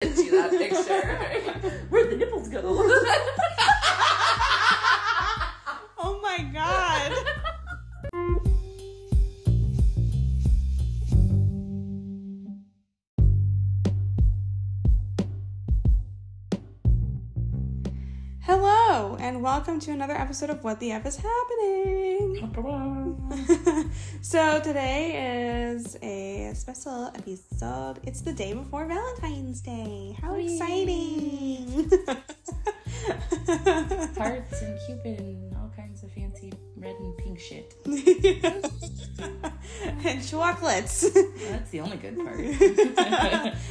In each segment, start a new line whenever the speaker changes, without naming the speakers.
Oh Hello, and welcome to another episode of What the F is Happening. so, today is a special episode. It's the day before Valentine's Day. How
Whee!
exciting!
Hearts and Cupid and all kinds of fancy red and pink shit.
and chocolates.
That's the only good part.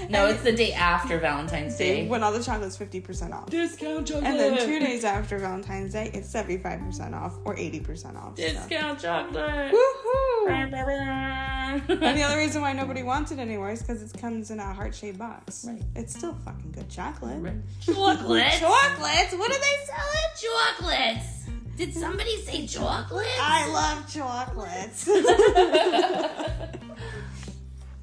no, it's the day after Valentine's Day.
When all the chocolate's 50% off.
Discount chocolate.
And then two days after Valentine's Day, it's 75% off or 80% off. so.
Discount chocolate.
Woohoo! And the
right.
other reason why nobody wants it anymore is because it comes in a heart shaped box.
Right.
It's still fucking good chocolate.
Chocolates.
Chocolates? What do they sell it?
Chocolates. Did somebody say chocolates?
I love chocolates.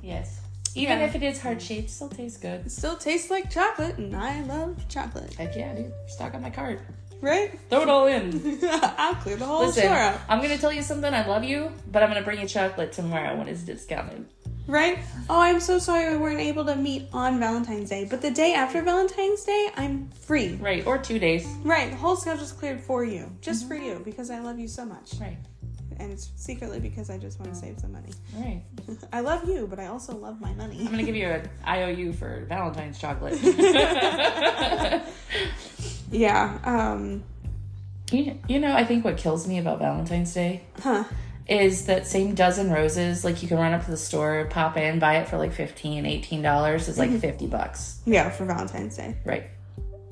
yes. Even
Yeah.
if it is heart shaped, still tastes good.
still tastes like chocolate, and I love chocolate.
Heck yeah, dude. Stock on my cart.
Right?
Throw it all in.
I'll clear the whole
Listen,
store up.
I'm gonna tell you something. I love you, but I'm gonna bring you chocolate tomorrow when it's discounted.
Right? Oh, I'm so sorry we weren't able to meet on Valentine's Day, but the day after Valentine's Day, I'm free.
Right, or two days.
Right, the whole schedule's cleared for you, just for you, because I love you so much.
Right,
And it's secretly because I just want to save some money.
right.
I love you, but I also love my money.
I'm gonna give you an IOU for Valentine's chocolate.
Yeah, um,
you, you know, I think what kills me about Valentine's Day
huh.
is that same dozen roses. Like you can run up to the store, pop in, buy it for like 15 dollars. It's like fifty bucks.
Yeah, for Valentine's Day.
Right.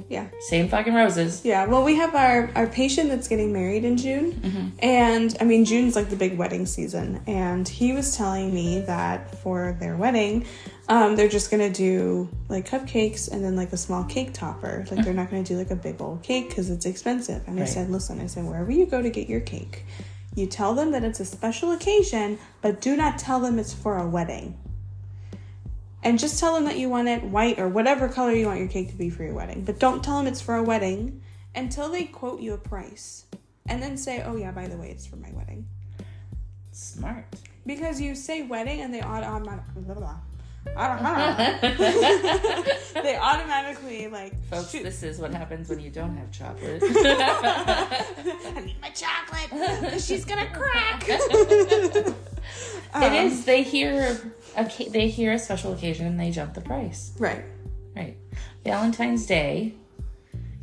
Yeah.
Same fucking roses.
Yeah, well, we have our, our patient that's getting married in June. And I mean, June's like the big wedding season. And he was telling me that for their wedding, um, they're just going to do like cupcakes and then like a small cake topper. Like they're not going to do like a big old cake because it's expensive. And I
Right.
said, listen, I said, wherever you go to get your cake, you tell them that it's a special occasion, but do not tell them it's for a wedding. And just tell them that you want it white or whatever color you want your cake to be for your wedding. But don't tell them it's for a wedding until they quote you a price. And then say, oh, yeah, by the way, it's for my wedding.
Smart.
Because you say wedding and they auto- automatically. Blah, blah, blah. I don't know. they automatically, like,
Folks, this is what happens when you don't have chocolate.
I need my chocolate. She's going to crack.
it is. They hear a ca- they hear a special occasion and they jump the price.
Right.
Right. Valentine's Day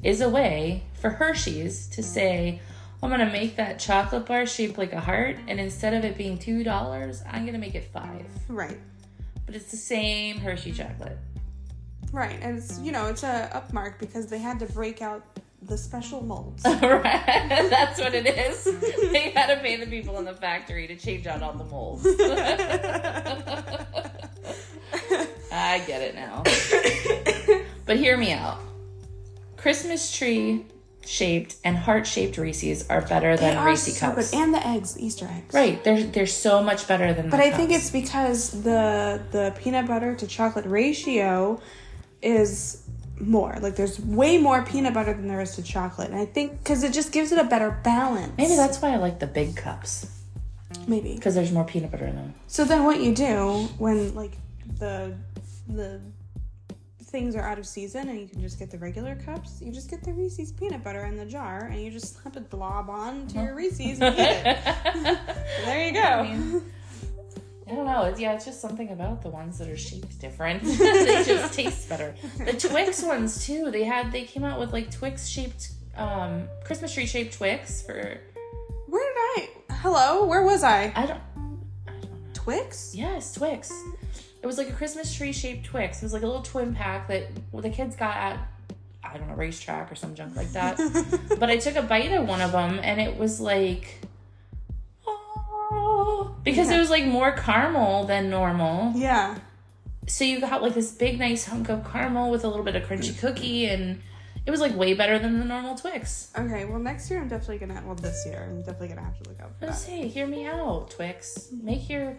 is a way for Hershey's to say, I'm gonna make that chocolate bar shaped like a heart, and instead of it being two dollars, I'm gonna make it five.
Right.
But it's the same Hershey chocolate.
Right. And it's, you know, it's a upmark because they had to break out the special molds.
right. That's what it is. They had to pay the people in the factory to change out all the molds. I get it now. but hear me out. Christmas tree shaped and heart shaped Reese's are better than Reese
so
cups.
good. And the eggs, the Easter eggs.
right, they're they're so much better than.
But I think it's because the the peanut butter to chocolate ratio is more. Like there's way more peanut butter than there is to chocolate. And I think cuz it just gives it a better balance.
maybe that's why I like the big cups
maybe.
because there's more peanut butter in them.
So then what you do when like the the things are out of season and you can just get the regular cups, you just get the Reese's peanut butter in the jar and you just slap a blob on to your Reese's and eat it. there you go.
I mean, I don't know. It's, yeah, it's just something about the ones that are shaped different. they just taste better. The Twix ones too. They had they came out with like Twix shaped um Christmas tree shaped Twix for
Where did I Hello, where was I?
I don't I don't know.
Twix?
Yes, Twix. It was like a Christmas tree shaped Twix. It was like a little twin pack that well, the kids got at I don't know racetrack or some junk like that. but I took a bite of one of them and it was like oh because it was like more caramel than normal.
Yeah.
so you got like this big nice hunk of caramel with a little bit of crunchy
Mm-hmm.
cookie and it was like way better than the normal twix
Okay, well next year I'm definitely gonna well this year I'm definitely gonna have to look out for
but
that.
say hear me out twix make your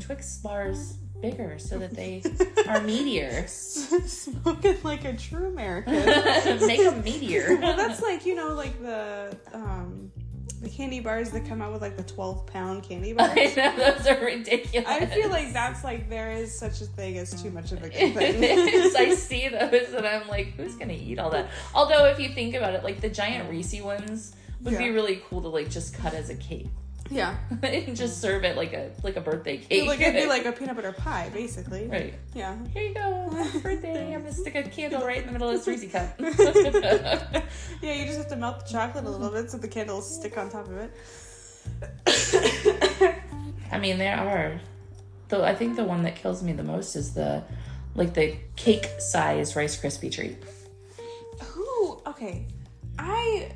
twix bars bigger so that they are meteor
Smoking like a true American.
make a meteor
well, that's like you know like the um the candy bars that come out with like the 12 pound candy bars.
I know, those are ridiculous
I feel like that's like there is such a thing as too much of a good
It
thing.
is. I see see those and I'm like, who's gonna eat all that? Although if you think about it, like the giant Reese ones would be
Yeah.
really cool to like just cut as a cake
Yeah.
and just serve it like a like a birthday cake.
It'd, like, it'd be like a peanut butter pie, basically.
right.
Yeah.
Here you go, happy birthday. I'm gonna stick a candle right in the middle of this Reese cup.
Yeah, you just have to melt the chocolate a little bit so the candles stick on top of it.
I mean, there are. Though I think the one that kills me the most is the, like the cake size Rice Krispie treat.
Ooh, okay. I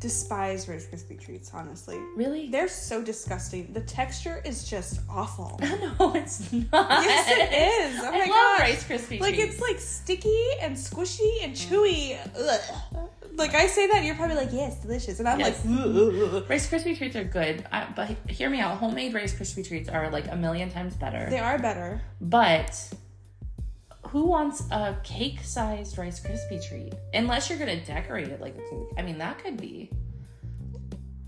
despise Rice Krispie treats, honestly.
Really?
They're so disgusting. The texture is just awful.
no, it's not.
Yes, it is. Oh
I
my
love
gosh.
Rice Krispie
Like
treats.
it's like sticky and squishy and chewy. Ugh. Like I say that, you're probably like, yes, delicious, and I'm
Yes.
like, "Ugh."
Rice Krispie treats are good, I, but hear me out. Homemade Rice Krispie treats are like a million times better.
they are better.
but who wants a cake-sized Rice Krispie treat? Unless you're gonna decorate it like a cake. I mean, that could be.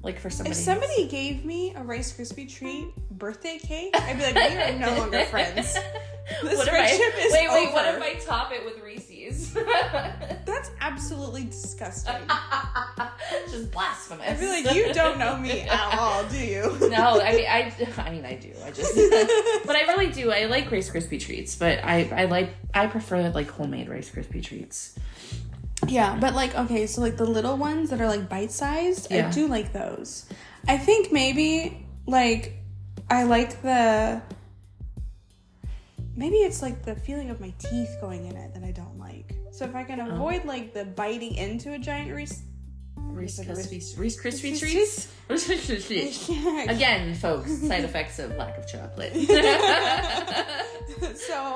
Like for somebody.
If somebody gave me a Rice Krispie treat birthday cake, I'd be like, we are no longer friends. This
What if I-
friendship is
wait, wait. What
over.
if I top it with Reese's?
That's absolutely disgusting.
Just blasphemous.
I feel like you don't know me at all, do you?
No, I mean I, I mean I do. I just, but I really do. I like Rice Krispie treats, but I, I like, I prefer like homemade Rice Krispie treats.
Yeah, but like okay, so like the little ones that are like bite sized,
Yeah.
I do like those. I think maybe like I like the maybe it's like the feeling of my teeth going in it that I don't like. So if I can
Oh.
avoid like the biting into a giant Reese,
Reese
Like a
Krispie, Reese Krispie
Reese's
treats. Reese Krispie treats.
so
Again, folks, side effects of lack of chocolate.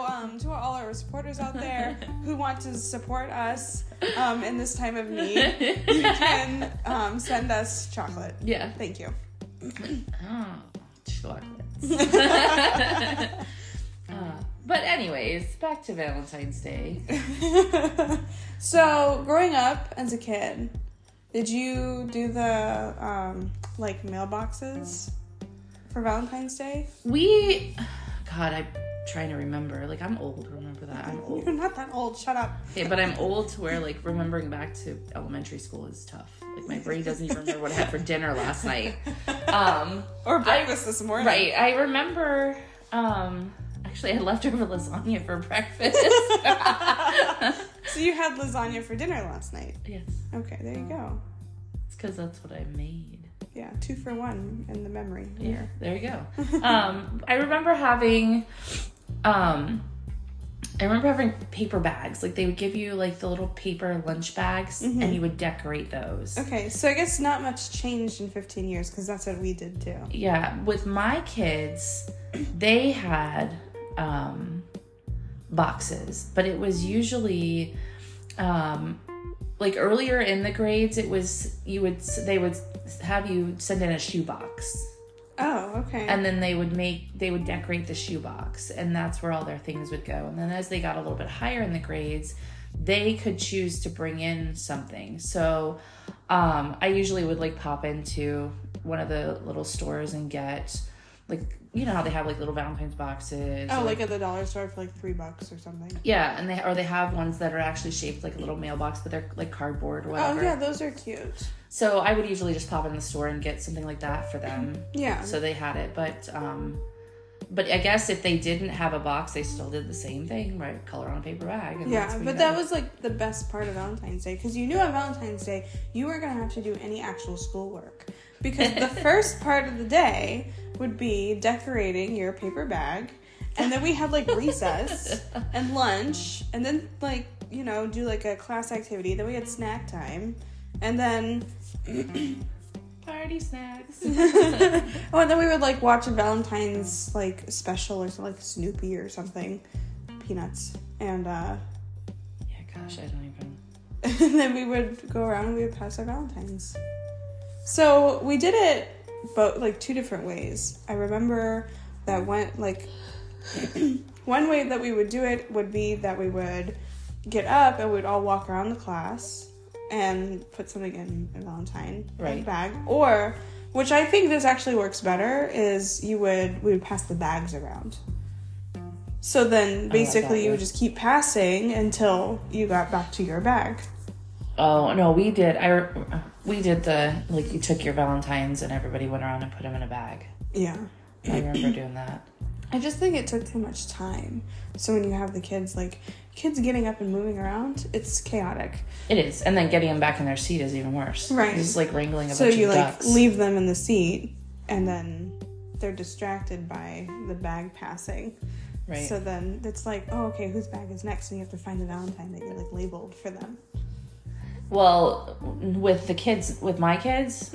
um, to all our supporters out there who want to support us um, in this time of need, you can um, send us chocolate.
yeah.
Thank you.
Oh, chocolates. Uh, but anyways, back to Valentine's Day.
so growing up as a kid did you do the um, like mailboxes for valentine's day
We, God, I'm trying to remember. Like I'm old. Remember that I'm old.
you're not that old shut up
Okay, but I'm old to where like remembering back to elementary school is tough. Like my brain doesn't even remember what I had for dinner last night. Um,
or breakfast this morning
right, I remember. Um, actually, I had leftover lasagna for breakfast.
so you had lasagna for dinner last night
yes,
okay there you go
it's because that's what I made.
yeah two for one in the memory here
There you go. Um, I remember having, um, I remember having paper bags. Like they would give you like the little paper lunch bags, and you would decorate those.
okay so i guess not much changed in 15 years because that's what we did too
Yeah, with my kids, they had um, boxes, but it was usually um, like earlier in the grades. It was you would they would have you send in a shoebox,
oh okay
and then they would make they would decorate the shoebox, and that's where all their things would go. And then as they got a little bit higher in the grades, they could choose to bring in something. So um, I usually would like pop into one of the little stores and get like you know how they have like little Valentine's boxes.
oh
or,
like at the dollar store for like three bucks or something
yeah, and they or they have ones that are actually shaped like a little mailbox, but they're like cardboard or whatever.
oh yeah those are cute
So I would usually just pop in the store and get something like that for them.
yeah
So they had it, but um, but I guess if they didn't have a box, they still did the same thing, right? Color on a paper bag. And that's
Yeah,
what you
but that
did.
was like the best part of Valentine's Day because you knew on Valentine's Day you weren't gonna have to do any actual schoolwork because the first part of the day would be decorating your paper bag, and then we had like recess and lunch, and then like you know do like a class activity. Then we had snack time, and then
party snacks.
oh, and then we would like watch a Valentine's like special or something like Snoopy or something, peanuts, and uh,
yeah, gosh, I don't even.
and then we would go around and we would pass our valentines so we did it both like two different ways i remember that one like one way that we would do it would be that we would get up and we'd all walk around the class and put something in a valentine
Right.
bag or which i think this actually works better is you would we would pass the bags around So then basically you
one.
would just keep passing until you got back to your bag.
Oh no, we did. I re- we did the like you took your valentines and everybody went around and put them in a bag.
Yeah.
I remember doing that.
I just think it took too much time. So when you have the kids like kids getting up and moving around, it's chaotic.
It is, and then getting them back in their seat is even worse.
Right.
just like wrangling a
So
bunch
you
of
like
ducks.
leave them in the seat and then they're distracted by the bag passing.
right.
So then it's like, oh okay, whose bag is next? And you have to find a Valentine that you like labeled for them.
well, with the kids, with my kids,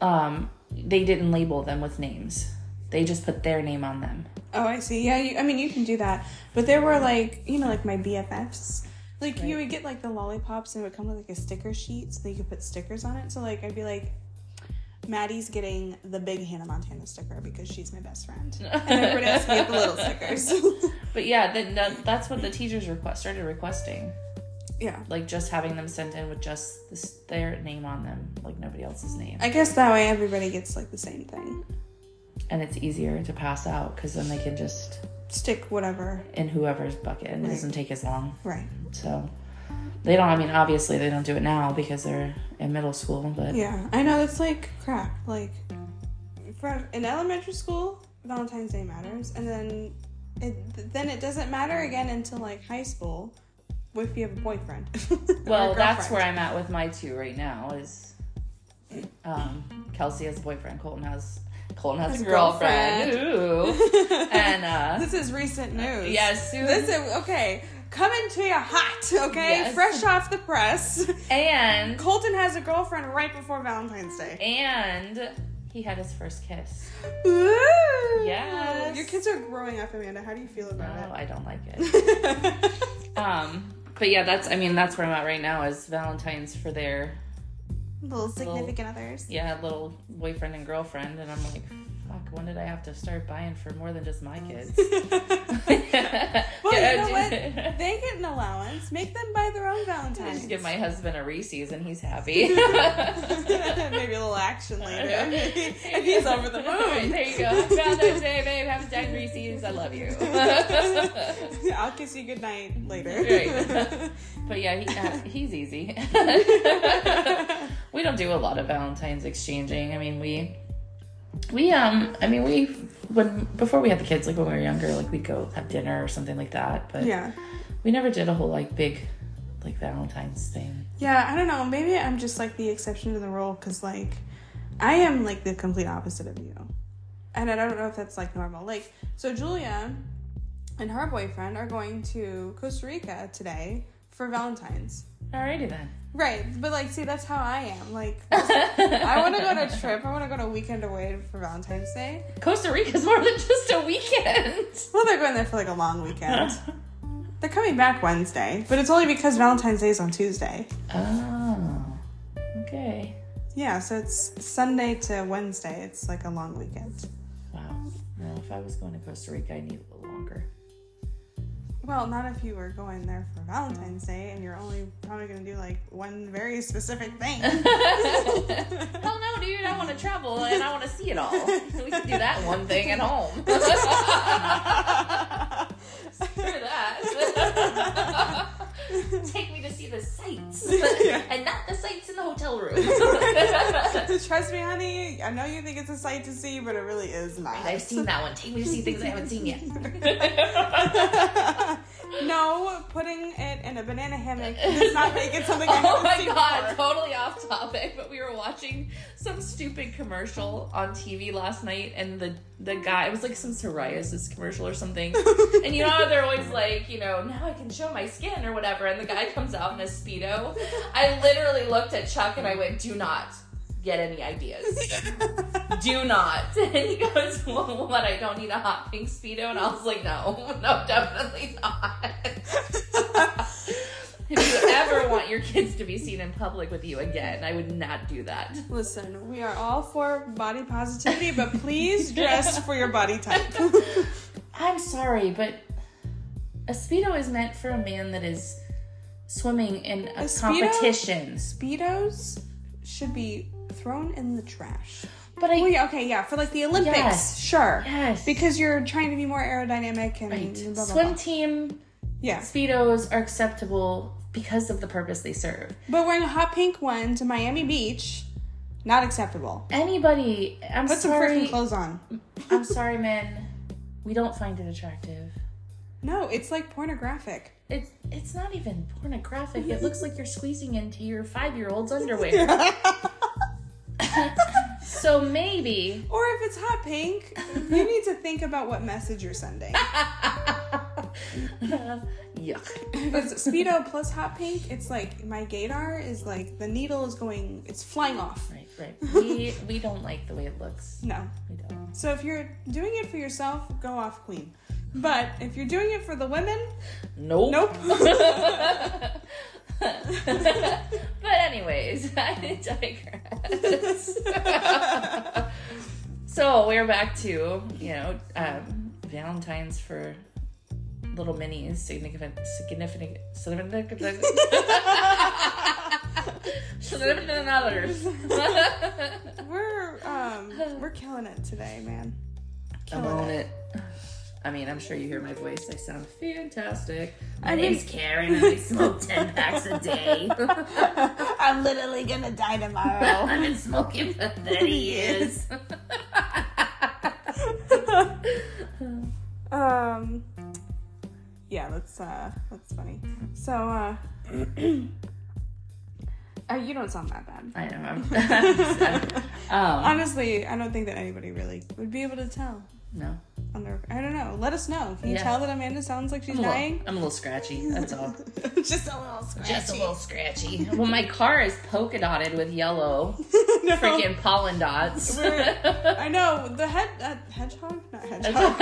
um, they didn't label them with names. They just put their name on them.
Oh, I see. Yeah, you, I mean, you can do that. But there were like, you know, like my BFFs. Like you would get like the lollipops and it would come with like a sticker sheet so that you could put stickers on it. So like I'd be like, Maddie's getting the big Hannah Montana sticker because she's my best friend, and everybody else can get the little stickers.
But yeah, then that, that's what the teachers request started requesting.
yeah,
Like just having them sent in with just this, their name on them, like nobody else's name.
I guess that way everybody gets like the same thing.
and it's easier to pass out because then they can just
Stick whatever.
in whoever's bucket and it doesn't take as long
Right.
so they don't i mean obviously they don't do it now because they're in middle school but
Yeah, I know that's like crap. Like, for, in elementary school, Valentine's Day matters, and then it then it doesn't matter again until like high school, if you have a boyfriend.
well that's where i'm at with my two right now is um, kelsey has a boyfriend colton has colton has
His
a girlfriend, Ooh. and uh
this is recent news.
yeah soon
This is okay. Coming to you hot, okay?
Yes.
Fresh off the press.
and
Colton has a girlfriend right before Valentine's Day.
and he had his first kiss
Ooh.
Yes.
Your kids are growing up, Amanda. How do you feel
no
about
Oh, i don't like it
it?
um but yeah that's i mean that's where i'm at right now is valentine's for their
Little significant others.
yeah, little boyfriend and girlfriend, and I'm like, fuck, when did I have to start buying for more than just my kids?
Well, you know what? They get an allowance. Make them buy their own
I
Valentine's.
just give my husband a Reese's and he's happy.
Maybe a little action later. and he's over the
Right,
moon.
there you go. Happy Valentine's Day, babe. Have a dad Reese's. I love you.
I'll kiss you goodnight later.
Right. but yeah, he, uh, he's easy. we don't do a lot of Valentine's exchanging. I mean, we we um, I mean, we when before we had the kids, like when we were younger, like we'd go have dinner or something like that. But
yeah.
we never did a whole like big like Valentine's thing.
Yeah, I don't know. Maybe I'm just like the exception to the rule because, like, I am like the complete opposite of you. And I don't know if that's like normal. Like, so Julia and her boyfriend are going to Costa Rica today for Valentine's.
Alrighty then.
Right, but like, see, that's how I am. Like, I want to go on a trip. I want to go on a weekend away for Valentine's Day.
Costa Rica's more than just a weekend.
Well, they're going there for like a long weekend. they're coming back Wednesday, but it's only because Valentine's Day is on Tuesday.
Oh. Okay.
Yeah, so it's Sunday to Wednesday. It's like a long weekend.
Wow. Well, if I was going to Costa Rica, I need a little longer.
Well, not if you were going there for Valentine's Day and you're only probably going to do like one very specific thing.
Hell no, dude. I want to travel and I want to see it all. We can do that one thing at home. Screw that. Take me to see the sights.
Yeah.
and not the sights in the hotel room.
Trust me, honey, I know you think it's a sight to see, but it really is not.
I've seen that one. Take me to see things I haven't seen yet.
no, putting it in a banana hammock does not make it something I
oh
haven't
my
seen
god,
before.
totally off topic, but we were watching some stupid commercial on TV last night, and the the guy it was like some psoriasis commercial or something. and you know how they're always like, you know, now I can show my skin or whatever, and the guy comes out in a speedo. I literally looked at Chuck and I went, "Do not get any ideas." do not. And he goes, well, what, I don't need a hot pink Speedo? And I was like, no, no, definitely not. if you ever want your kids to be seen in public with you again, I would not do that.
Listen, we are all for body positivity, but please dress for your body type.
I'm sorry, but a Speedo is meant for a man that is swimming in a,
Speedo?
competition.
Speedos should be thrown in the trash.
But
Well,
I
Oh, yeah, okay, yeah, for like the Olympics,
Yes.
sure.
yes
Because you're trying to be more aerodynamic and
right.
blah, blah,
swim
blah.
team
Yeah.
speedos are acceptable because of the purpose they serve.
But wearing a hot pink one to Miami Beach, not acceptable.
Anybody, I'm
Put some
sorry.
freaking clothes on.
I'm sorry, men. We don't find it attractive.
No, it's like pornographic.
It's it's not even pornographic. It looks like you're squeezing into your five year old's underwear. So maybe
or if it's hot pink, you need to think about what message you're sending.
yuck.
Because Speedo plus hot pink, it's like my gaydar is like the needle is going, it's flying off.
Right, right. We we don't like the way it looks.
No.
We don't.
So if you're doing it for yourself, go off queen. But if you're doing it for the women,
Nope.
nope.
but anyways, I digress. so we're back to you know um, Valentine's for little minis, significant, significant, significant, significant others.
We're um we're killing it today, man.
I'm
Killing
on it. I mean, I'm sure you hear my voice. I sound fantastic. My
I mean-
name's Karen, and I smoke ten packs a day.
I'm literally gonna die tomorrow.
I've been smoking for 30 years.
um Yeah, that's uh that's funny. So uh uh, you don't sound that bad.
I know. I'm, I'm- um,
Honestly, I don't think that anybody really would be able to tell.
no.
On their, I don't know. Let us know. Can you
Yeah.
tell that Amanda sounds like she's
I'm a, little,
dying?
I'm a little scratchy. That's all.
Just a little scratchy.
Just a little scratchy. Well, my car is polka dotted with yellow
No.
freaking pollen dots.
We're- I know the head uh, hedgehog, not hedgehog.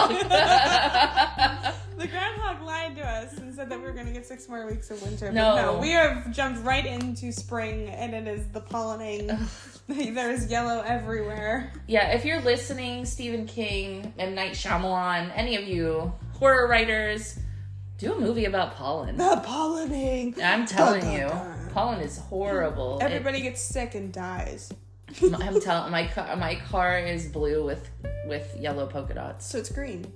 Groundhog.
The groundhog lied to us and said that we were going to get six more weeks of winter. But
No.
no, we have jumped right into spring, and it is the pollinating. there is yellow everywhere.
Yeah, if you're listening, Stephen King, M. Night Shyamalan, any of you horror writers, do a movie about pollen.
The pollinating.
I'm telling
Dun,
you,
dun, dun.
pollen is horrible. It-
Everybody gets sick and dies,
I'm telling my car, my car is blue with with yellow polka dots.
so it's green.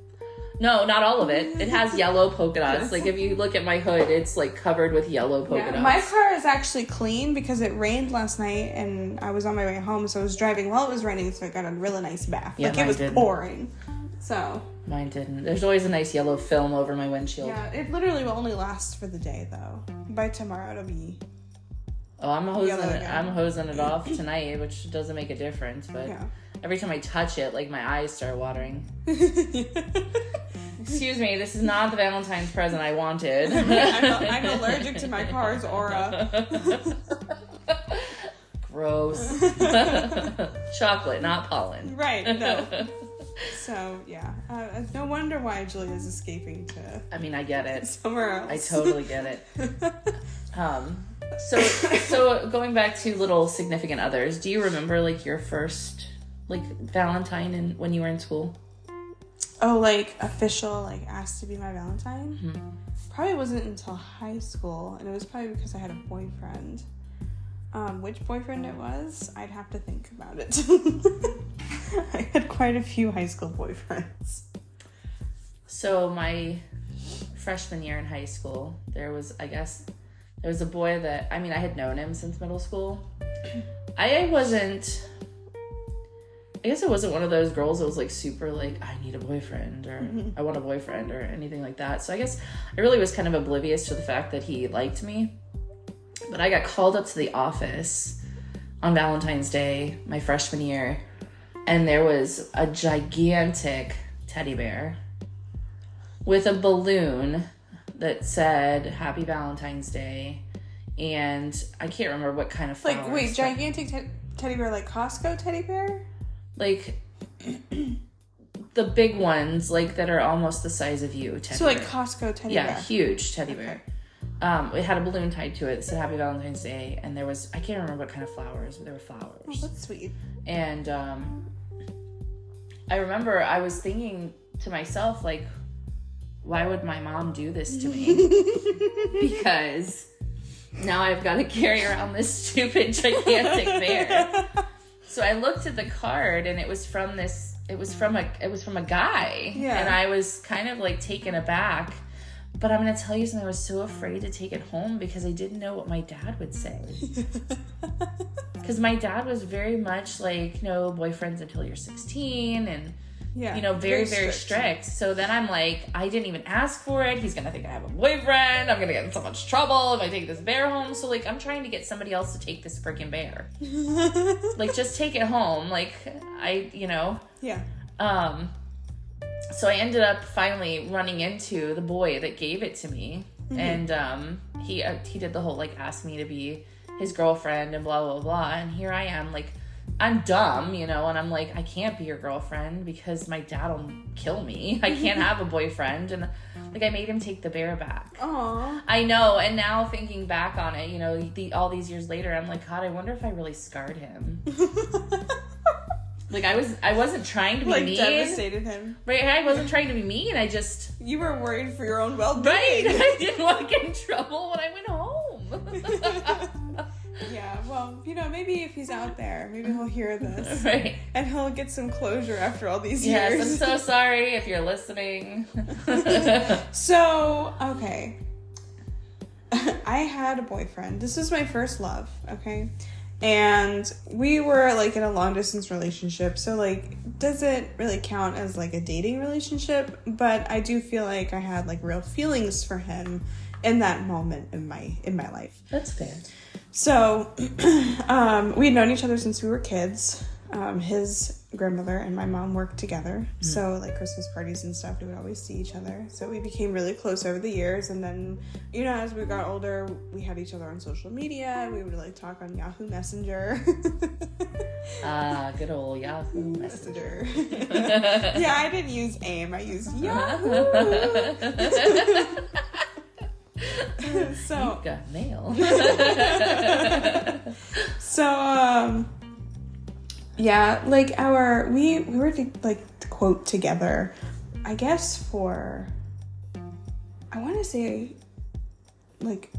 No, not all of it. It has yellow polka dots. Like if you look at my hood, it's like covered with yellow polka dots.
My car is actually clean because it rained last night, and I was on my way home, so I was driving while it was raining, so I got a really nice bath.
Yeah,
like
mine
it was
didn't.
pouring. So
Mine didn't. There's always a nice yellow film over my windshield.
yeah, it literally will only last for the day though. By tomorrow, it'll be
Oh, I'm hosing
Yellow
it.
again.
I'm hosing it off tonight, which doesn't make a difference. But
Yeah.
every time I touch it, like my eyes start watering. Excuse me, this is not the Valentine's present I wanted.
I'm, I'm allergic to my car's aura.
Gross. Chocolate, not pollen.
Right, no. So, yeah. Uh, it's no wonder why Julia's escaping to
I mean, I get it.
somewhere else.
I totally get it. Um, so, so going back to little significant others, do you remember like your first like Valentine and when you were in school?
oh, like, official, like, asked to be my Valentine?
Mm-hmm.
Probably wasn't until high school, and it was probably because I had a boyfriend. Um, which boyfriend it was, I'd have to think about it. I had quite a few high school boyfriends.
So my freshman year in high school, there was I guess there was a boy that I mean I had known him since middle school. I wasn't I guess I wasn't one of those girls that was like super like I need a boyfriend or
Mm-hmm.
I want a boyfriend or anything like that. So I guess I really was kind of oblivious to the fact that he liked me. But I got called up to the office on Valentine's Day, my freshman year, and there was a gigantic teddy bear with a balloon that said "Happy Valentine's Day," and I can't remember what kind of
Like, wait,
flowers, but-
gigantic te- teddy bear, like Costco teddy bear?
like the big ones, like that are almost the size of you. Teddy
So, like,
bear.
Costco teddy
yeah,
bear.
huge teddy bear. Um, it had a balloon tied to it that said "Happy Valentine's Day," and there was I can't remember what kind of flowers, but there were flowers.
Oh, that's sweet.
And um, I remember I was thinking to myself, like, why would my mom do this to me? because Now I've got to carry around this stupid gigantic bear. So I looked at the card and it was from this it was from a it was from a guy.
Yeah.
And I was kind of like taken aback. But I'm gonna tell you something, I was so afraid to take it home because I didn't know what my dad would say. Because my dad was very much like, no boyfriends until you're 16 and
yeah.
you know, very, very strict. So then I'm like, I didn't even ask for it. He's gonna think I have a boyfriend. I'm gonna get in so much trouble if I take this bear home. So like I'm trying to get somebody else to take this freaking bear. Like just take it home. Like I you know.
yeah.
Um so I ended up finally running into the boy that gave it to me. And um he uh, he did the whole like ask me to be his girlfriend and blah blah blah and here I am like I'm dumb, you know, and I'm like, I can't be your girlfriend because my dad'll kill me. I can't have a boyfriend. And like, I made him take the bear back.
Aw.
I know. And now thinking back on it, you know, the, all these years later, I'm like, God, I wonder if I really scarred him. Like, I was, I wasn't trying to be
like
mean.
devastated him.
Right? I wasn't trying to be mean. I just,
You were worried for your own well
right?
being.
I didn't want to get in trouble when I went home.
yeah. Well, you know, maybe if he's out there, maybe he'll hear this
right.
and he'll get some closure after all these
Yes, I'm
years.
so sorry if you're listening.
So, okay. I had a boyfriend. This was my first love, okay? And we were like in a long distance relationship. So like doesn't really count as like a dating relationship, but I do feel like I had like real feelings for him in that moment in my in my life.
That's fair.
So, um, we had known each other since we were kids. Um, his grandmother and my mom worked together. So, like Christmas parties and stuff, we would always see each other. So, we became really close over the years. And then, you know, as we got older, we had each other on social media. We would like talk on Yahoo Messenger.
Ah, good old Yahoo Messenger.
Messenger. yeah, I didn't use AIM, I used Yahoo. so,
Got mail.
So um yeah, like our we we were to, like quote together I guess for I want to say like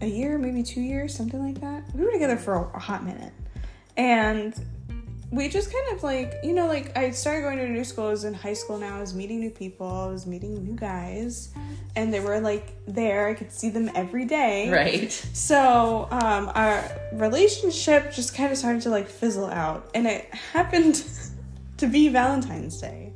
a year, maybe 2 years, something like that. We were together for a, a hot minute. And we just kind of like, you know, like I started going to a new school. I was in high school now. I was meeting new people. I was meeting new guys. And they were like there. I could see them every day.
right.
So um, our relationship just kind of started to like fizzle out, and it happened to be Valentine's Day.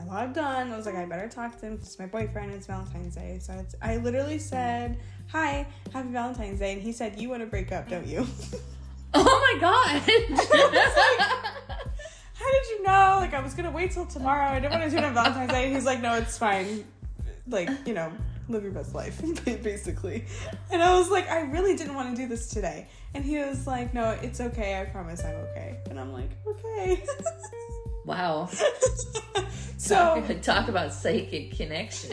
I logged on. I was like, I better talk to him. It's my boyfriend. It's Valentine's Day. So it's, I literally said, "Hi, Happy Valentine's Day," and he said, "You want to break up, don't you?"
Oh my god.
How did you know? Like I was gonna wait till tomorrow. I didn't want to do it on Valentine's Day. And he's like, no, it's fine. Like you know, live your best life, basically. And I was like, I really didn't want to do this today. And he was like, no, it's okay. I promise, I'm okay. And I'm like, okay.
wow.
so
Talk about psychic connection.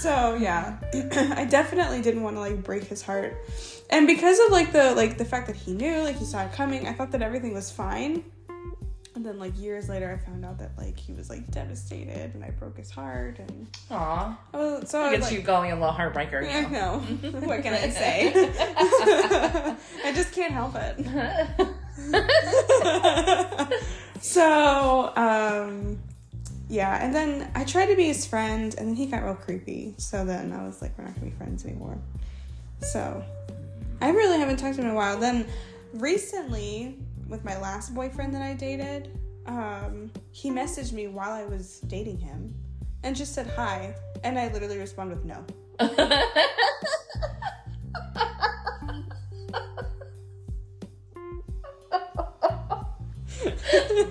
so yeah, I definitely didn't want to like break his heart. And because of like the like the fact that he knew, like he saw it coming, I thought that everything was fine. And then like years later, I found out that like he was like devastated, and I broke his heart, and
Aw.
oh, so I was,
Gets
like,
you going a little heartbreaker.
I
now.
know. what can I say? I just can't help it. so, um, yeah, and then I tried to be his friend, and then he got real creepy. So then I was like, we're not gonna be friends anymore. So I really haven't talked to him in a while. Then recently, with my last boyfriend that I dated, um, he messaged me while I was dating him and just said hi. And I literally responded with no.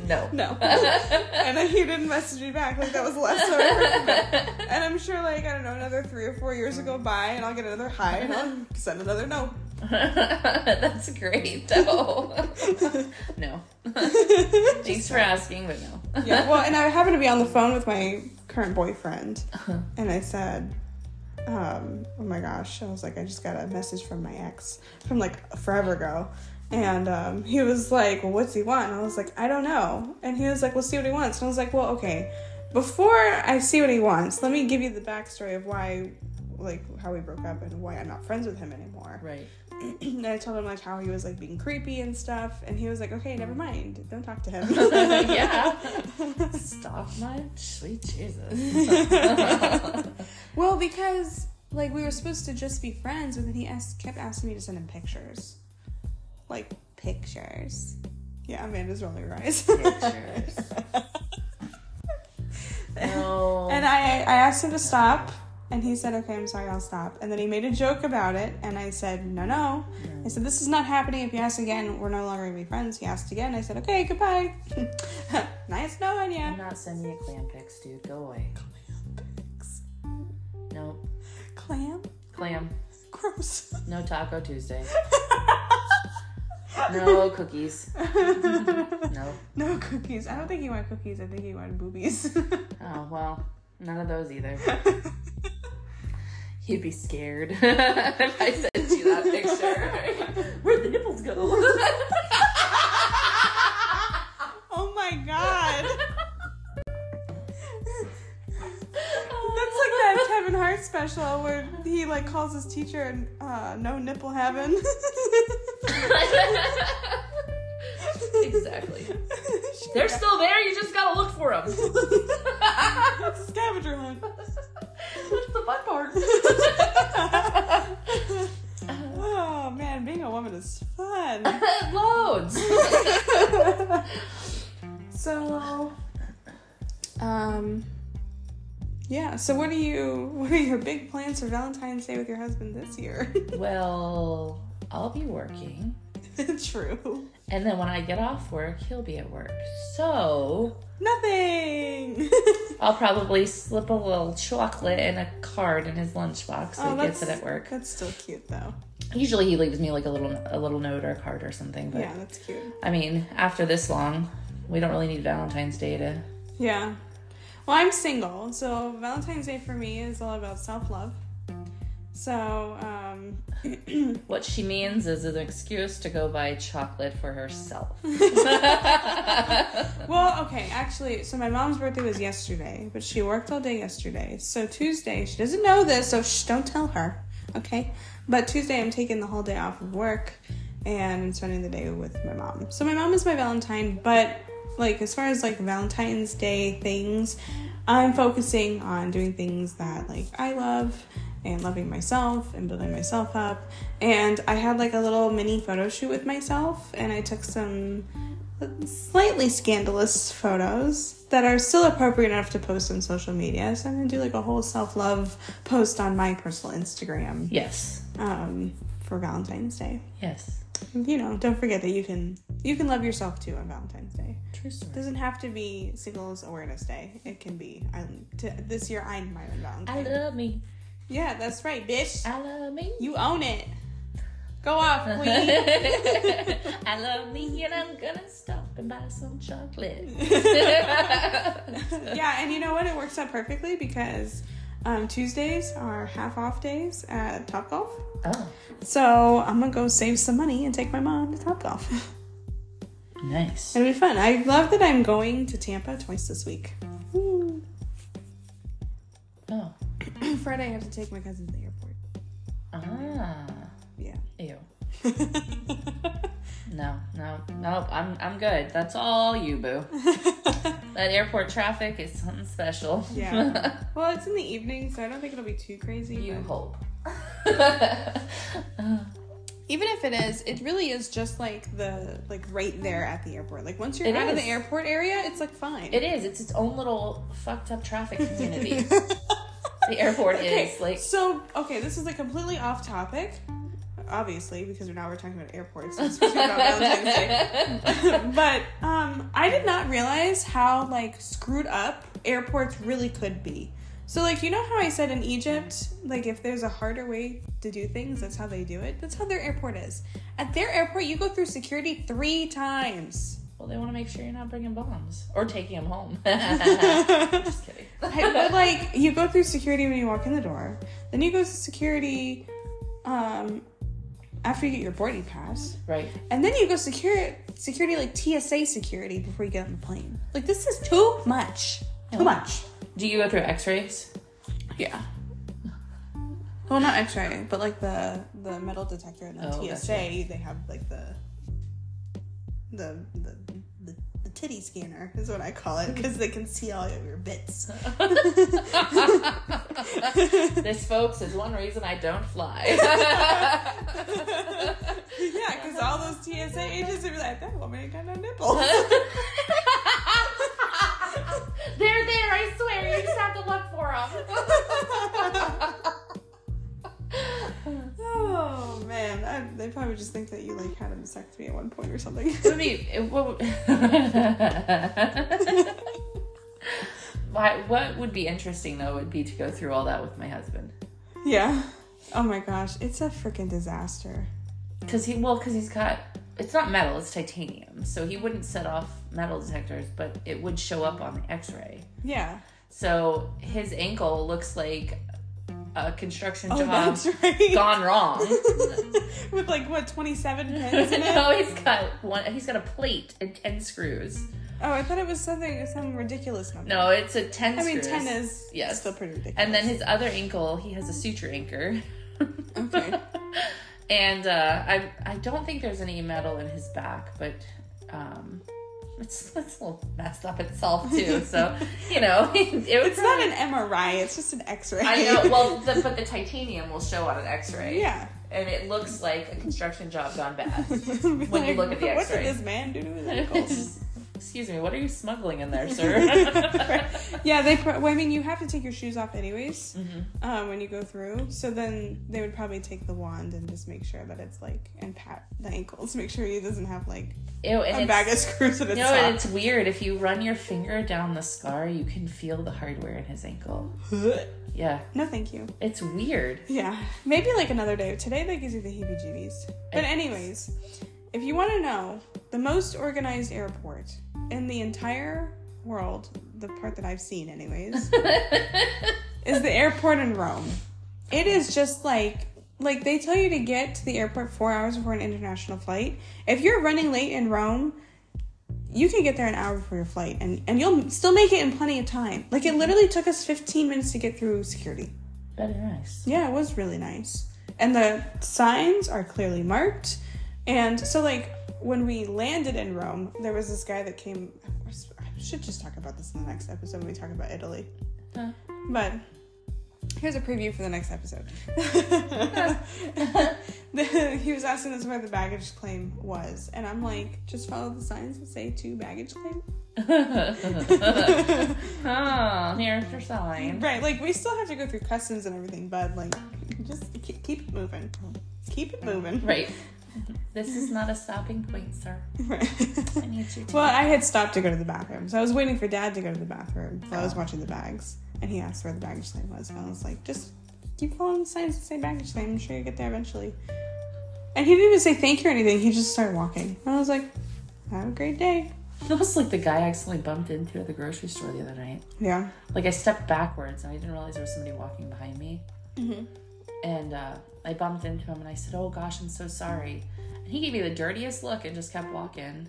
no.
No. and then he didn't message me back. Like that was the last time I heard from him. And I'm sure like, I don't know, another three or four years will go by and I'll get another hi and I'll send another no.
That's great, though. no. Thanks for asking, but no.
Yeah. Well, and I happened to be on the phone with my current boyfriend and I said, um, oh my gosh, I was like, I just got a message from my ex from like forever ago. And um, he was like, Well, what's he want? And I was like, I don't know. And he was like, Well, see what he wants. And I was like, Well, okay. Before I see what he wants, let me give you the backstory of why like how we broke up and why I'm not friends with him anymore.
Right.
and I told him like how he was like being creepy and stuff, and he was like, okay, never mind, don't talk to him.
Yeah. Stop my sweet Jesus.
well, because like we were supposed to just be friends, but then he asked, kept asking me to send him pictures, like pictures. Yeah, Amanda's rolling her eyes.
Pictures. no.
And I, I asked him to stop, and he said, Okay, I'm sorry, I'll stop. And then he made a joke about it, and I said, No, no. I said, This is not happening. If you ask again, we're no longer gonna be friends. He asked again. I said, Okay, goodbye. nice knowing
I'm
ya.
not sending you clam pics, dude. Go away. No.
Clam?
Clam.
Gross.
No Taco Tuesday. No cookies. No.
no cookies. I don't think he wanted cookies. I think he wanted boobies.
Oh, well, none of those either. You'd be scared if I sent you that picture. Where'd the nipples go?
oh my god. That's like that Kevin Hart special where he like calls his teacher and uh, no nipple heaven.
exactly. They're still there. You just gotta look for them.
it's a scavenger hunt.
What's the butt part?
Oh man, being a woman is fun.
Loads.
So, um, yeah. So, what are you? What are your big plans for Valentine's Day with your husband this year?
Well, I'll be working,
True.
and then when I get off work, he'll be at work. So
Nothing.
I'll probably slip a little chocolate and a card in his lunchbox so he gets it at work.
Oh, That's still cute though.
Usually he leaves me like a little a little note or a card or something. But
Yeah, that's cute.
I mean, after this long, we don't really need Valentine's Day to.
Yeah. Well, I'm single, so Valentine's Day for me is all about self love. So, um,
What she means is an excuse to go buy chocolate for herself.
Well, okay, actually, so my mom's birthday was yesterday, but she worked all day yesterday. So Tuesday, she doesn't know this, so shh, don't tell her, okay? But Tuesday, I'm taking the whole day off of work and I'm spending the day with my mom. So my mom is my Valentine, but like as far as like Valentine's Day things, I'm focusing on doing things that like I love and loving myself and building myself up. And I had like a little mini photo shoot with myself, and I took some slightly scandalous photos that are still appropriate enough to post on social media. So I'm gonna do like a whole self love post on my personal Instagram
yes.
um, for Valentine's Day.
Yes.
You know, don't forget that you can you can love yourself too on Valentine's Day.
True
It
story.
doesn't have to be Singles Awareness Day. It can be I'm t- this year I'm my own
I
Valentine.
love me.
yeah, that's right, bitch.
I love me.
You own it. Go off, queen.
I love me and I'm gonna stop and buy some chocolate.
yeah, and you know what? It works out perfectly because um, Tuesdays are half off days at Top Golf.
oh,
So I'm gonna go save some money and take my mom to Top Golf.
nice.
It'll be fun. I love that I'm going to Tampa twice this week. Woo.
Oh.
Friday, I have to take my cousin to the airport.
Ah.
Yeah.
Ew. No, no, no. I'm I'm good. That's all you, boo. that airport traffic is something special.
Yeah. well, it's in the evening, so I don't think it'll be too crazy.
you
but-
hope.
Even if it is, it really is just like the like right there at the airport. Like once you're
It
out of the
is.
airport area, it's like fine.
it is. It's its own little fucked up traffic community. the airport
Okay,
is like
so okay this is like completely off topic obviously because now we're talking about airports and speaking about Valentine's Day. but um i did not realize how like screwed up airports really could be so like you know how i said in egypt like if there's a harder way to do things that's how they do it that's how their airport is at their airport you go through security three times
well, they want to make sure you're not bringing bombs or taking them home. Just kidding.
Hey, but like you go through security when you walk in the door, then you go to security um, after you get your boarding pass,
right.
and then you go secure security like TSA security before you get on the plane. Like this is too much, too much.
Do you go through X-rays?
Yeah. Well, not X-ray, but like the the metal detector and the
Oh,
TSA,
gotcha.
they have like the the the. the the titty scanner is what I call it because they can see all of your bits.
this, folks, is one reason I don't fly.
Yeah, because all those TSA agents would be like, "That woman ain't got no nipples."
They're there, I swear. You just have to look for them.
oh man, I, they probably just think that you like had a vasectomy at one point or something.
would be it- what would- Why- what would be interesting though would be to go through all that with my husband
yeah. Oh my gosh, it's a freaking disaster.
because he well because he's got it's not metal it's titanium so he wouldn't set off metal detectors but it would show up on the x-ray
Yeah.
so his ankle looks like a construction
Oh,
job
that's right.
gone wrong
With like what, twenty-seven pins in it?
no, he's got one. He's got a plate and ten screws.
Oh, I thought it was something, some ridiculous number.
No, it's a ten.
I mean,
screws.
ten is
Yes.
still pretty ridiculous.
And then his other ankle, he has a suture anchor.
Okay.
and uh, I I don't think there's any metal in his back, but um, it's it's a little messed up itself too. So you know, it would
it's not an MRI; it's just an X-ray.
I know. Well, the, but the titanium will show on an X-ray.
yeah.
And it looks like a construction job gone bad.
when
When you look at the
what did
X-ray.
this man do to his ankles?
Excuse me. What are you smuggling in there, sir?
yeah, they. Pro- well, I mean, you have to take your shoes off anyways
Mm-hmm.
um, when you go through. So then they would probably take the wand and just make sure that it's like and pat the ankles, make sure he doesn't have like
Ew, and
a
it's-
bag of screws in his
No, and
sock.
it's weird. If you run your finger down the scar, you can feel the hardware in his ankle. Yeah,
no, thank you.
it's weird.
Yeah, maybe like another day. Today that gives you the heebie-jeebies. But
Yes.
anyways, if you want to know the most organized airport in the entire world, the part that I've seen, anyways, is the airport in Rome. It is just like like they tell you to get to the airport four hours before an international flight. If you're running late in Rome, you can get there an hour before your flight, and and you'll still make it in plenty of time. Like it literally took us 15 minutes to get through security.
Very nice.
Yeah, it was really nice. And the signs are clearly marked. And so, like, when we landed in Rome, there was this guy that came. I should just talk about this in the next episode when we talk about Italy.
Huh.
But here's a preview for the next episode. The- he was asking us where the baggage claim was. And I'm like, just follow the signs that say to baggage claim.
oh, here's your sign.
Right, like we still have to go through customs and everything, but like just keep, keep it moving. Keep it moving.
Right. This is not a stopping point, sir. I need you to.
well, I had stopped to go to the bathroom, so I was waiting for Dad to go to the bathroom. So I
Oh.
was watching the bags, and he asked where the baggage claim was, and I was like, just keep following the signs that say baggage claim. I'm sure you'll get there eventually. And he didn't even say thank you or anything. He just started walking, and I was like, have a great day.
That was like the guy I accidentally bumped into at the grocery store the other night.
Yeah.
Like I stepped backwards and I didn't realize there was somebody walking behind me. And uh, I bumped into him and I said, "Oh gosh, I'm so sorry." And he gave me the dirtiest look and just kept walking.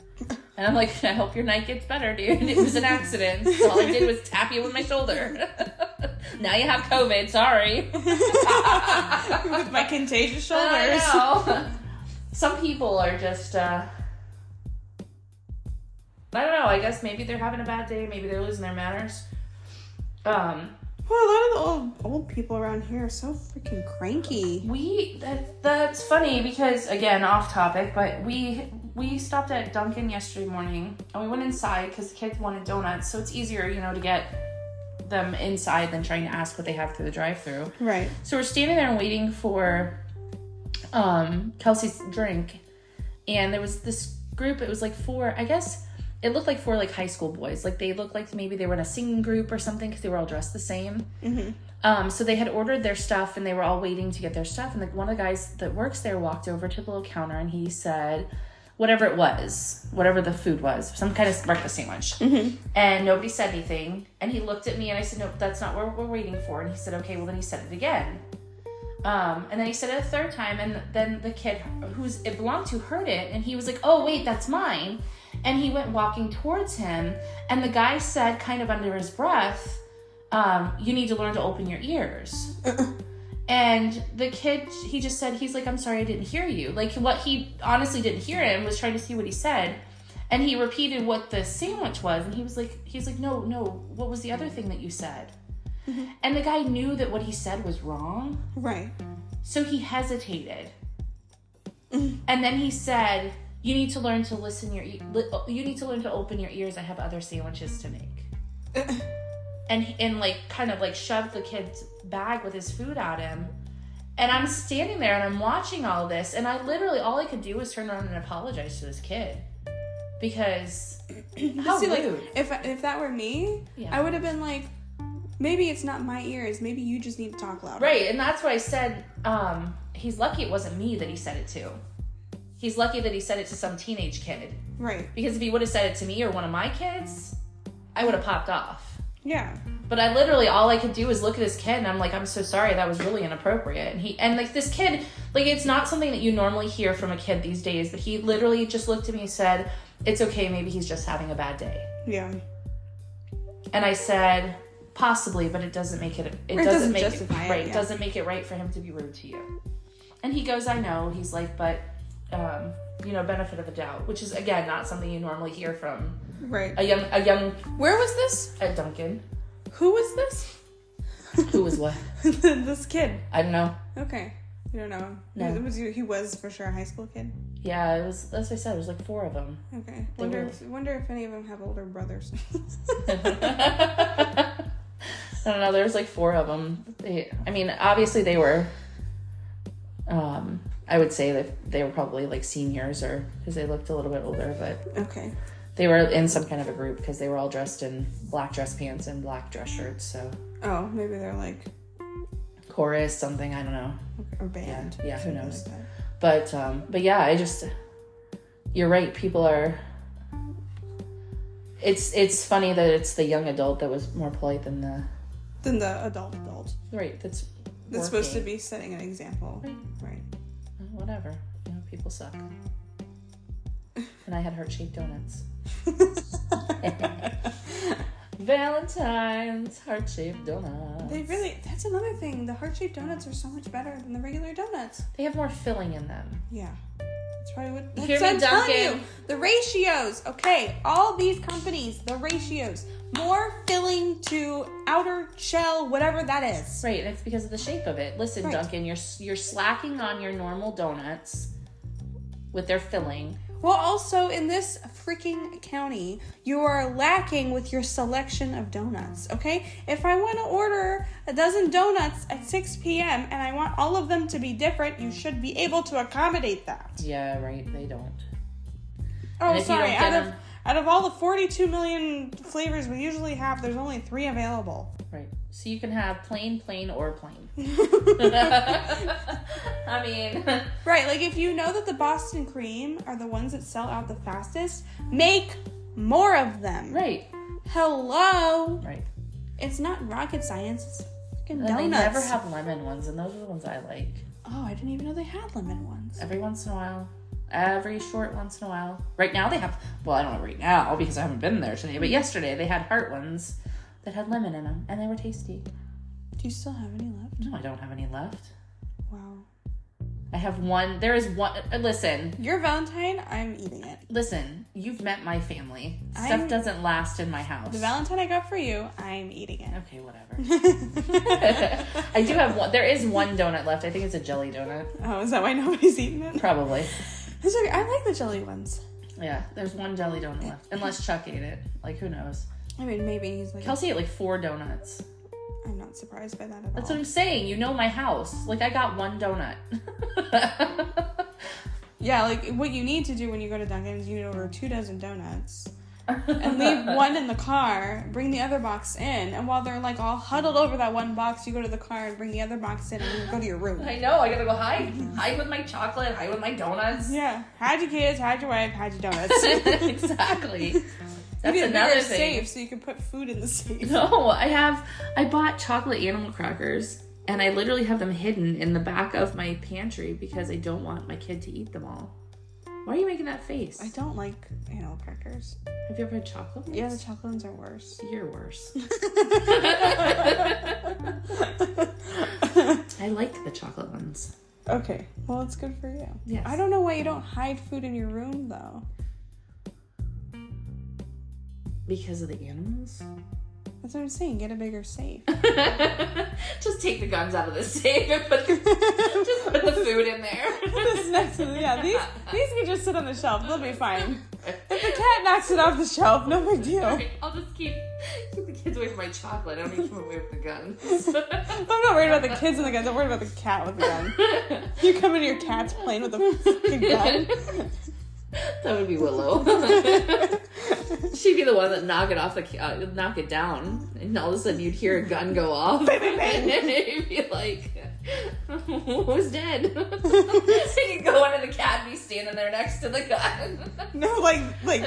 And I'm like, "I hope your night gets better, dude. It was an accident. So all I did was tap you with my shoulder. now you have COVID. Sorry."
With my contagious shoulders.
I know. Some people are just. Uh, I don't know. I guess maybe they're having a bad day. Maybe they're losing their manners. Um,
Well, a lot of the old old people around here are so freaking cranky.
We that that's funny because again off topic, but we we stopped at Dunkin' yesterday morning and we went inside because the kids wanted donuts, so it's easier you know to get them inside than trying to ask what they have through the drive-through.
Right.
So we're standing there and waiting for um, Kelsey's drink, and there was this group. It was like four, I guess. It looked like four like high school boys. Like they looked like maybe they were in a singing group or something because they were all dressed the same. Um, so they had ordered their stuff and they were all waiting to get their stuff. And like one of the guys that works there walked over to the little counter and he said, whatever it was, whatever the food was, some kind of breakfast sandwich. And nobody said anything. And he looked at me and I said, nope, that's not what we're waiting for. And he said, okay, well then he said it again. Um, and then he said it a third time, and then the kid who's it belonged to heard it, and he was like, "Oh wait, that's mine," and he went walking towards him, and the guy said, kind of under his breath, um, "You need to learn to open your ears." And the kid, he just said, he's like, I'm sorry, I didn't hear you. Like, what he honestly didn't hear him was trying to see what he said. And he repeated what the sandwich was. And he was like, he's like, no, no, what was the other thing that you said? And the guy knew that what he said was wrong.
Right.
So he hesitated. and then he said, "You need to learn to listen your e- li- you need to learn to open your ears. I have other sandwiches to make." and he- and like kind of like shoved the kid's bag with his food at him. And I'm standing there and I'm watching all this and I literally all I could do was turn around and apologize to this kid. Because how
See, like,
rude.
if if that were me,
Yeah.
I would have been like, maybe it's not my ears. Maybe you just need to talk louder.
Right, and that's why I said um, he's lucky it wasn't me that he said it to. He's lucky that he said it to some teenage kid
Right.
because if he would have said it to me or one of my kids, I would have popped off.
Yeah.
But I literally all I could do was look at this kid and I'm like, I'm so sorry, that was really inappropriate. And he and like this kid, like it's not something that you normally hear from a kid these days, but he literally just looked at me and said, It's okay, maybe he's just having a bad day.
Yeah.
And I said, possibly, but it doesn't make it. It,
doesn't
doesn't, make
justify it,
right.
yeah.
Doesn't make it right for him to be rude to you. And he goes, I know. He's like, but um, you know, benefit of the doubt, which is again not something you normally hear from
Right.
a young a young
Where was this?
a Duncan
Who was this?
who was what
this kid.
I don't know.
Okay. You don't know.
No.
It was, he was for sure a high school kid.
Yeah, it was. That's what I said. It was like four of them.
Okay.
They
Wonder
were-
if, wonder if any of them have older brothers.
I don't know. There was like four of them. They, I mean, obviously they were. Um, I would say that they were probably like seniors, or because they looked a little bit older, but
okay.
they were in some kind of a group because they were all dressed in black dress pants and black dress shirts. So
Oh, maybe they're like
chorus, something I don't know.
a
Yeah,
band.
yeah, who knows?
Like that.
But um, but yeah, I just you're right. People are. It's it's funny that it's the young adult that was more polite than the
Then the adult adult
right. That's
that's supposed to
working.
be setting an example.
Right.
Right.
Whatever. You know, people suck. and I had heart shaped donuts. Valentine's heart shaped donuts.
They really, that's another thing. The heart shaped donuts are so much better than the regular donuts.
They have more filling in them.
Yeah. That's probably what.
You
That's
hear
what
me,
I'm telling you.
Duncan?
The ratios. Okay. All these companies, the ratios. More filling to outer shell, whatever that is.
Right, and it's because of the shape of it. Listen,
Right.
Duncan, you're you're slacking on your normal donuts with their filling.
Well, also in this freaking county, you are lacking with your selection of donuts. Okay. If I want to order a dozen donuts at 6 p.m. and I want all of them to be different, you should be able to accommodate that.
Yeah, right. They don't.
Oh,
And if you
sorry.
don't
Out
get
of
'em-
out of all the 42 million flavors we usually have, there's only three available.
Right. So you can have plain, plain, or plain. I mean,
Right. Like if you know that the Boston cream are the ones that sell out the fastest, make more of them.
right,
Hello.
right.
It's not rocket science. It's fucking
And
donuts.
they never have lemon ones, and those are the ones I like.
oh, I didn't even know they had lemon ones.
Every once in a while. Every short once in a while. Right now they have, well, I don't know right now because I haven't been there today, but yesterday they had heart ones that had lemon in them, and they were tasty.
Do you still have any left?
No, I don't have any left.
Wow.
I have one. There is one. uh, Listen,
Your Valentine, I'm eating it.
listen. You've met my family.
I'm-
Stuff doesn't last in my house.
The Valentine I got for you, I'm eating it.
okay, whatever. I do have one. There is one donut left. I think it's a jelly donut.
oh, is that why nobody's eating it?
Probably.
It's okay. I like the jelly ones.
Yeah, there's one jelly donut left. Unless Chuck ate it. Like, who knows?
I mean, maybe he's like,
Kelsey ate like four donuts.
I'm not surprised by that at
That's
all.
what I'm saying. You know my house. Like, I got one donut.
yeah, like what you need to do when you go to Dunkin' is you need to order two dozen donuts and leave one in the car, bring the other box in, and while they're like all huddled over that one box, you go to the car and bring the other box in and you go to your room.
I know. I gotta go hide. Hide with my chocolate. Hide with my donuts.
Yeah, hide your kids, hide your wife, hide your donuts.
exactly. That's
you need a
another
bigger
thing.
safe so you can put food in the safe.
No, I have. I bought chocolate animal crackers, and I literally have them hidden in the back of my pantry because I don't want my kid to eat them all. Why are you making that face?
I don't like animal crackers.
Have you ever had chocolate? ones?
Yeah, the chocolate ones are worse.
You're worse.
okay,
I like the chocolate ones.
well, it's good for you.
Yes.
I don't know why you don't hide food in your room though.
Because of the animals.
That's what I'm saying. Get a bigger safe.
just take the guns out of the safe and put the, just put the food in there.
This is next to the- yeah, these these can just sit on the shelf. They'll be fine. If the cat knocks it off the shelf, no big deal.
Alright, I'll just keep keep the kids away from my chocolate. I don't need them away from the guns.
I'm not worried about the kids and the guns. I'm worried about the cat with the gun. You come into your cat's plane with a fucking gun.
that would be Willow. She'd be the one that knock it off the ca- uh, knock it down, and all of a sudden you'd hear a gun go off, and then you'd be like, "Who's dead?" so you go into the cat, and be standing there next to the gun.
No, like like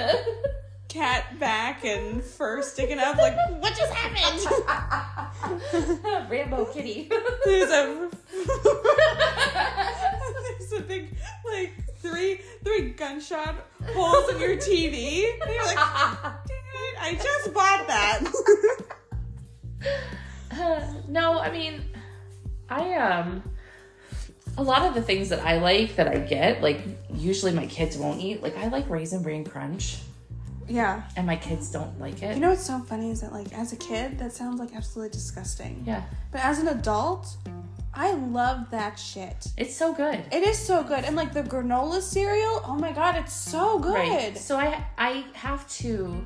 cat back and fur sticking up. Like what just happened?
Rambo kitty.
There's a there's a big like three three gunshot holes in your TV. And you're like, "Dude, I just bought that.
Uh, no, I mean, I um, a lot of the things that I like that I get, like usually my kids won't eat. Like I like raisin bran crunch,
yeah.
and my kids don't like it.
You know what's so funny is that like as a kid that sounds like absolutely disgusting.
yeah,
But as an adult, I love that shit.
it's so good.
It is so good. And like the granola cereal, oh my god, it's so good.
Right. So I I have to.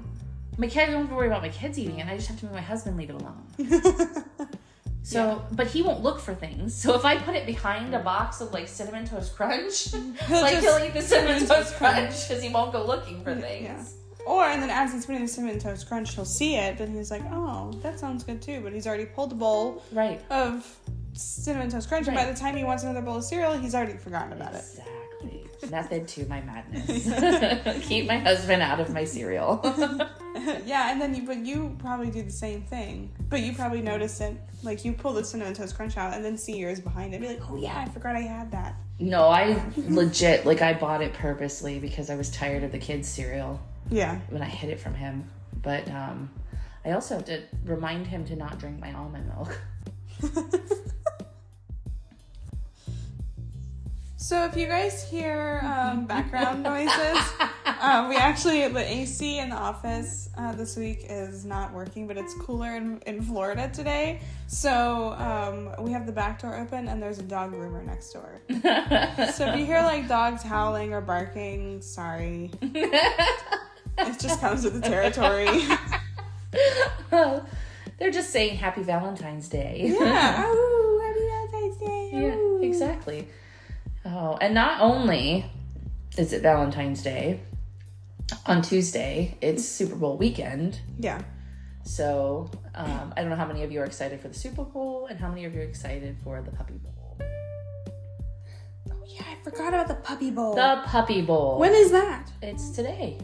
My kid, I don't have to worry about my kids eating it. I just have to make my husband leave it alone. So, but he won't look for things. So if I put it behind a box of like cinnamon toast crunch, like
just-
he'll eat the cinnamon toast crunch because he won't go looking for things.
Yeah. Or and then as he's putting the cinnamon toast crunch, he'll see it, but he's like, "Oh, that sounds good too." But he's already pulled a bowl
Right.
of cinnamon toast crunch, and by
Right.
the time he wants another bowl of cereal, he's already forgotten about it.
Exactly. Method to my madness. Keep my husband out of my cereal.
yeah, and then you, but you probably do the same thing, but you probably notice it, like you pull the cinnamon toast crunch out, and then see yours behind it, be like, "Oh yeah, I forgot I had that."
no, I legit like I bought it purposely because I was tired of the kids' cereal
Yeah,
when I hid it from him. But um I also have to remind him to not drink my almond milk.
So if you guys hear um, background noises, um, we actually the AC in the office uh, this week is not working, but it's cooler in, in Florida today. So um, we have the back door open, and there's a dog groomer next door. so if you hear like dogs howling or barking, sorry, it just comes with the territory.
They're just saying happy Valentine's Day.
yeah, ooh, happy Valentine's Day.
Yeah,
ooh.
exactly. Oh, and not only is it Valentine's Day, on Tuesday, it's Super Bowl weekend.
Yeah,
So um, I don't know how many of you are excited for the Super Bowl and how many of you are excited for the Puppy Bowl.
oh yeah, I forgot about the puppy bowl.
The Puppy Bowl.
when is that?
it's today.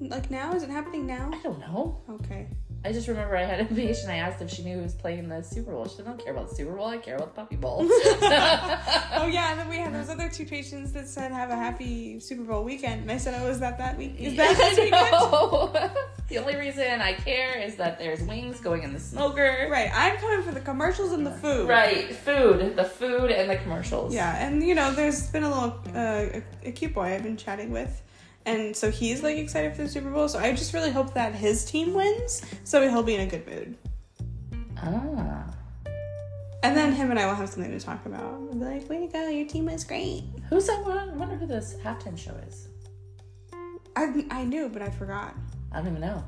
Like now? Is it happening now?
I don't know.
Okay.
I just remember I had a patient. I asked if she knew who was playing the Super Bowl. She said, I don't care about the Super Bowl. I care about the Puppy Bowl.
Oh yeah, and then we had those other two patients that said have a happy Super Bowl weekend, and I said, oh, is that that week? Is that this weekend?
no. the only reason I care is that there's wings going in the smoker.
Right, I'm coming for the commercials and the food.
Right, food, the food and the commercials.
Yeah, and you know, there's been a little uh, a, a cute boy I've been chatting with, and so he's like excited for the Super Bowl. So I just really hope that his team wins, so he'll be in a good mood.
Ah.
And then him and I will have something to talk about. I'll be like, way to go, your team is great.
Who's that one? I wonder who this halftime show is.
I I knew, but I forgot.
I don't even know.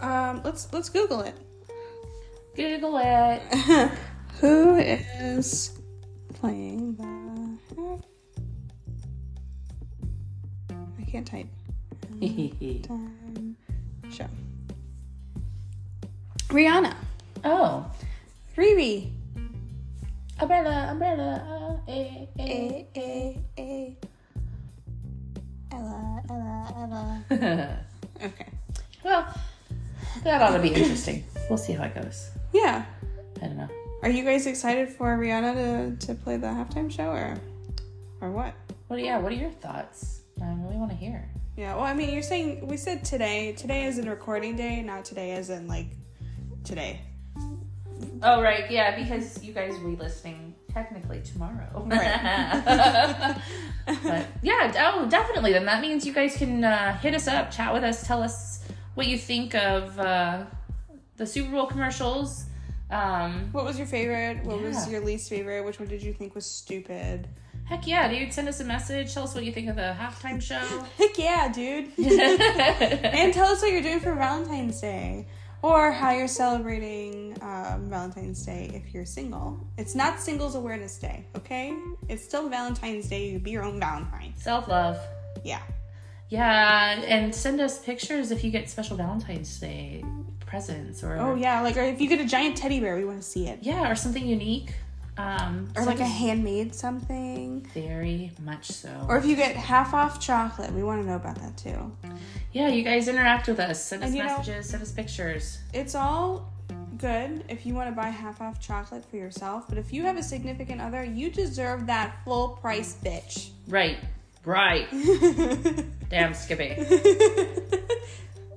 Um, let's let's Google it.
Google it.
Who is playing the. I can't type. Um, show. Rihanna.
oh.
Riri.
Umbrella, umbrella, uh, eh, eh.
A A A. eh. Ella, Ella, Ella. Okay.
well, that ought to be interesting. We'll see how it goes.
Yeah.
I don't know.
Are you guys excited for Rihanna to, to play the halftime show or or what?
Well, yeah, what are your thoughts? I really want to hear.
Yeah, well, I mean, you're saying we said today. Today is in recording day, not today as in like today.
Oh right, yeah, because you guys will be listening technically tomorrow.
Right.
but yeah, oh definitely. Then that means you guys can uh, hit us up, chat with us, tell us what you think of uh, the Super Bowl commercials. Um,
What was your favorite? What was
Yeah.
your least favorite? Which one did you think was stupid?
heck yeah, dude, send us a message. Tell us what you think of the halftime show.
Heck yeah, dude. and tell us what you're doing for Valentine's Day. Or how you're celebrating um, Valentine's Day if you're single. It's not Singles Awareness Day, okay? It's still Valentine's Day. You can be your own Valentine.
Self love.
Yeah.
Yeah, and send us pictures if you get special Valentine's Day presents or
Oh, yeah. Like, or if you get a giant teddy bear, we want to see it.
yeah, or something unique. Um,
Or like a
something
handmade something.
very much so.
Or if you get half off chocolate, we want to know about that too.
Yeah, you guys interact with us. Send us
And you know-
messages, send us pictures.
It's all good if you want to buy half off chocolate for yourself, but if you have a significant other, you deserve that full price bitch.
Right. Right. Damn, Skippy.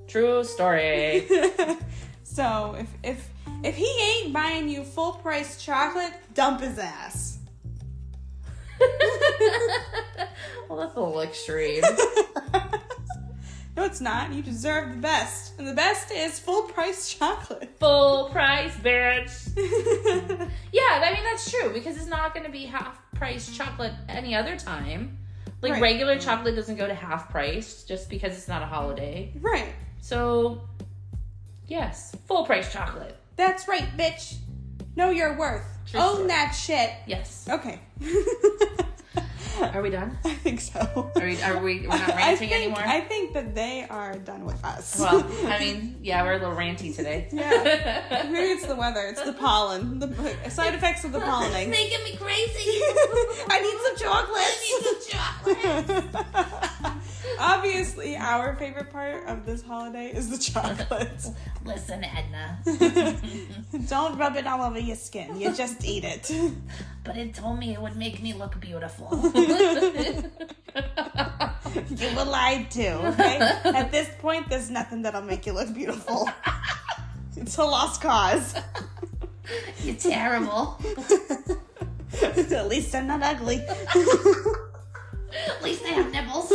True story.
so if if if he ain't buying you full price chocolate, dump his ass.
well, that's a little extreme.
no, it's not. You deserve the best, and the best is full price chocolate.
Full price, bitch. Yeah, I mean, that's true because it's not going to be half price chocolate any other time. Like,
Right.
regular chocolate doesn't go to half price just because it's not a holiday.
right.
So, yes, full price chocolate.
That's right, bitch. Know your worth.
True
Own
story.
that shit.
Yes.
Okay.
Are we done?
I think so.
Are we, are we we're not
I
ranting
think,
anymore?
I think that they are done with us.
Well, I mean, yeah, we're a little ranty today.
Yeah. maybe it's the weather. It's the pollen. The side effects of the
It's
pollinating.
making me crazy.
I need some
I need some chocolate.
chocolate. Obviously, our favorite part of this holiday is the chocolates.
Listen, Edna,
Don't rub it all over your skin. You just eat it.
but it told me it would make me look beautiful.
You were lied to, okay? At this point, there's nothing that'll make you look beautiful. It's a lost cause.
You're terrible.
At least I'm not ugly.
At least I have nipples.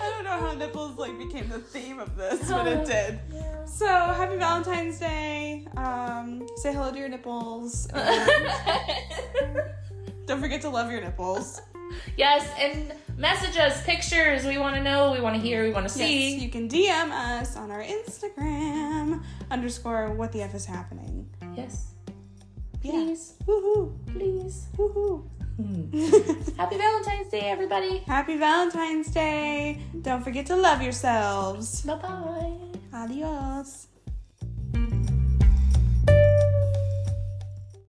I don't know how nipples like became the theme of this, but it did. So happy Valentine's Day. Um, say hello to your nipples. And don't forget to love your nipples.
yes, and message us pictures. We want to know. We want to hear. We want to see.
Yes, you can DM us on our Instagram underscore what the F is happening.
Yes.
Yeah.
Please,
Woohoo.
please.
Woohoo. Hmm.
Happy Valentine's Day, everybody.
Happy Valentine's Day. Don't forget to love yourselves.
Bye bye.
Adios.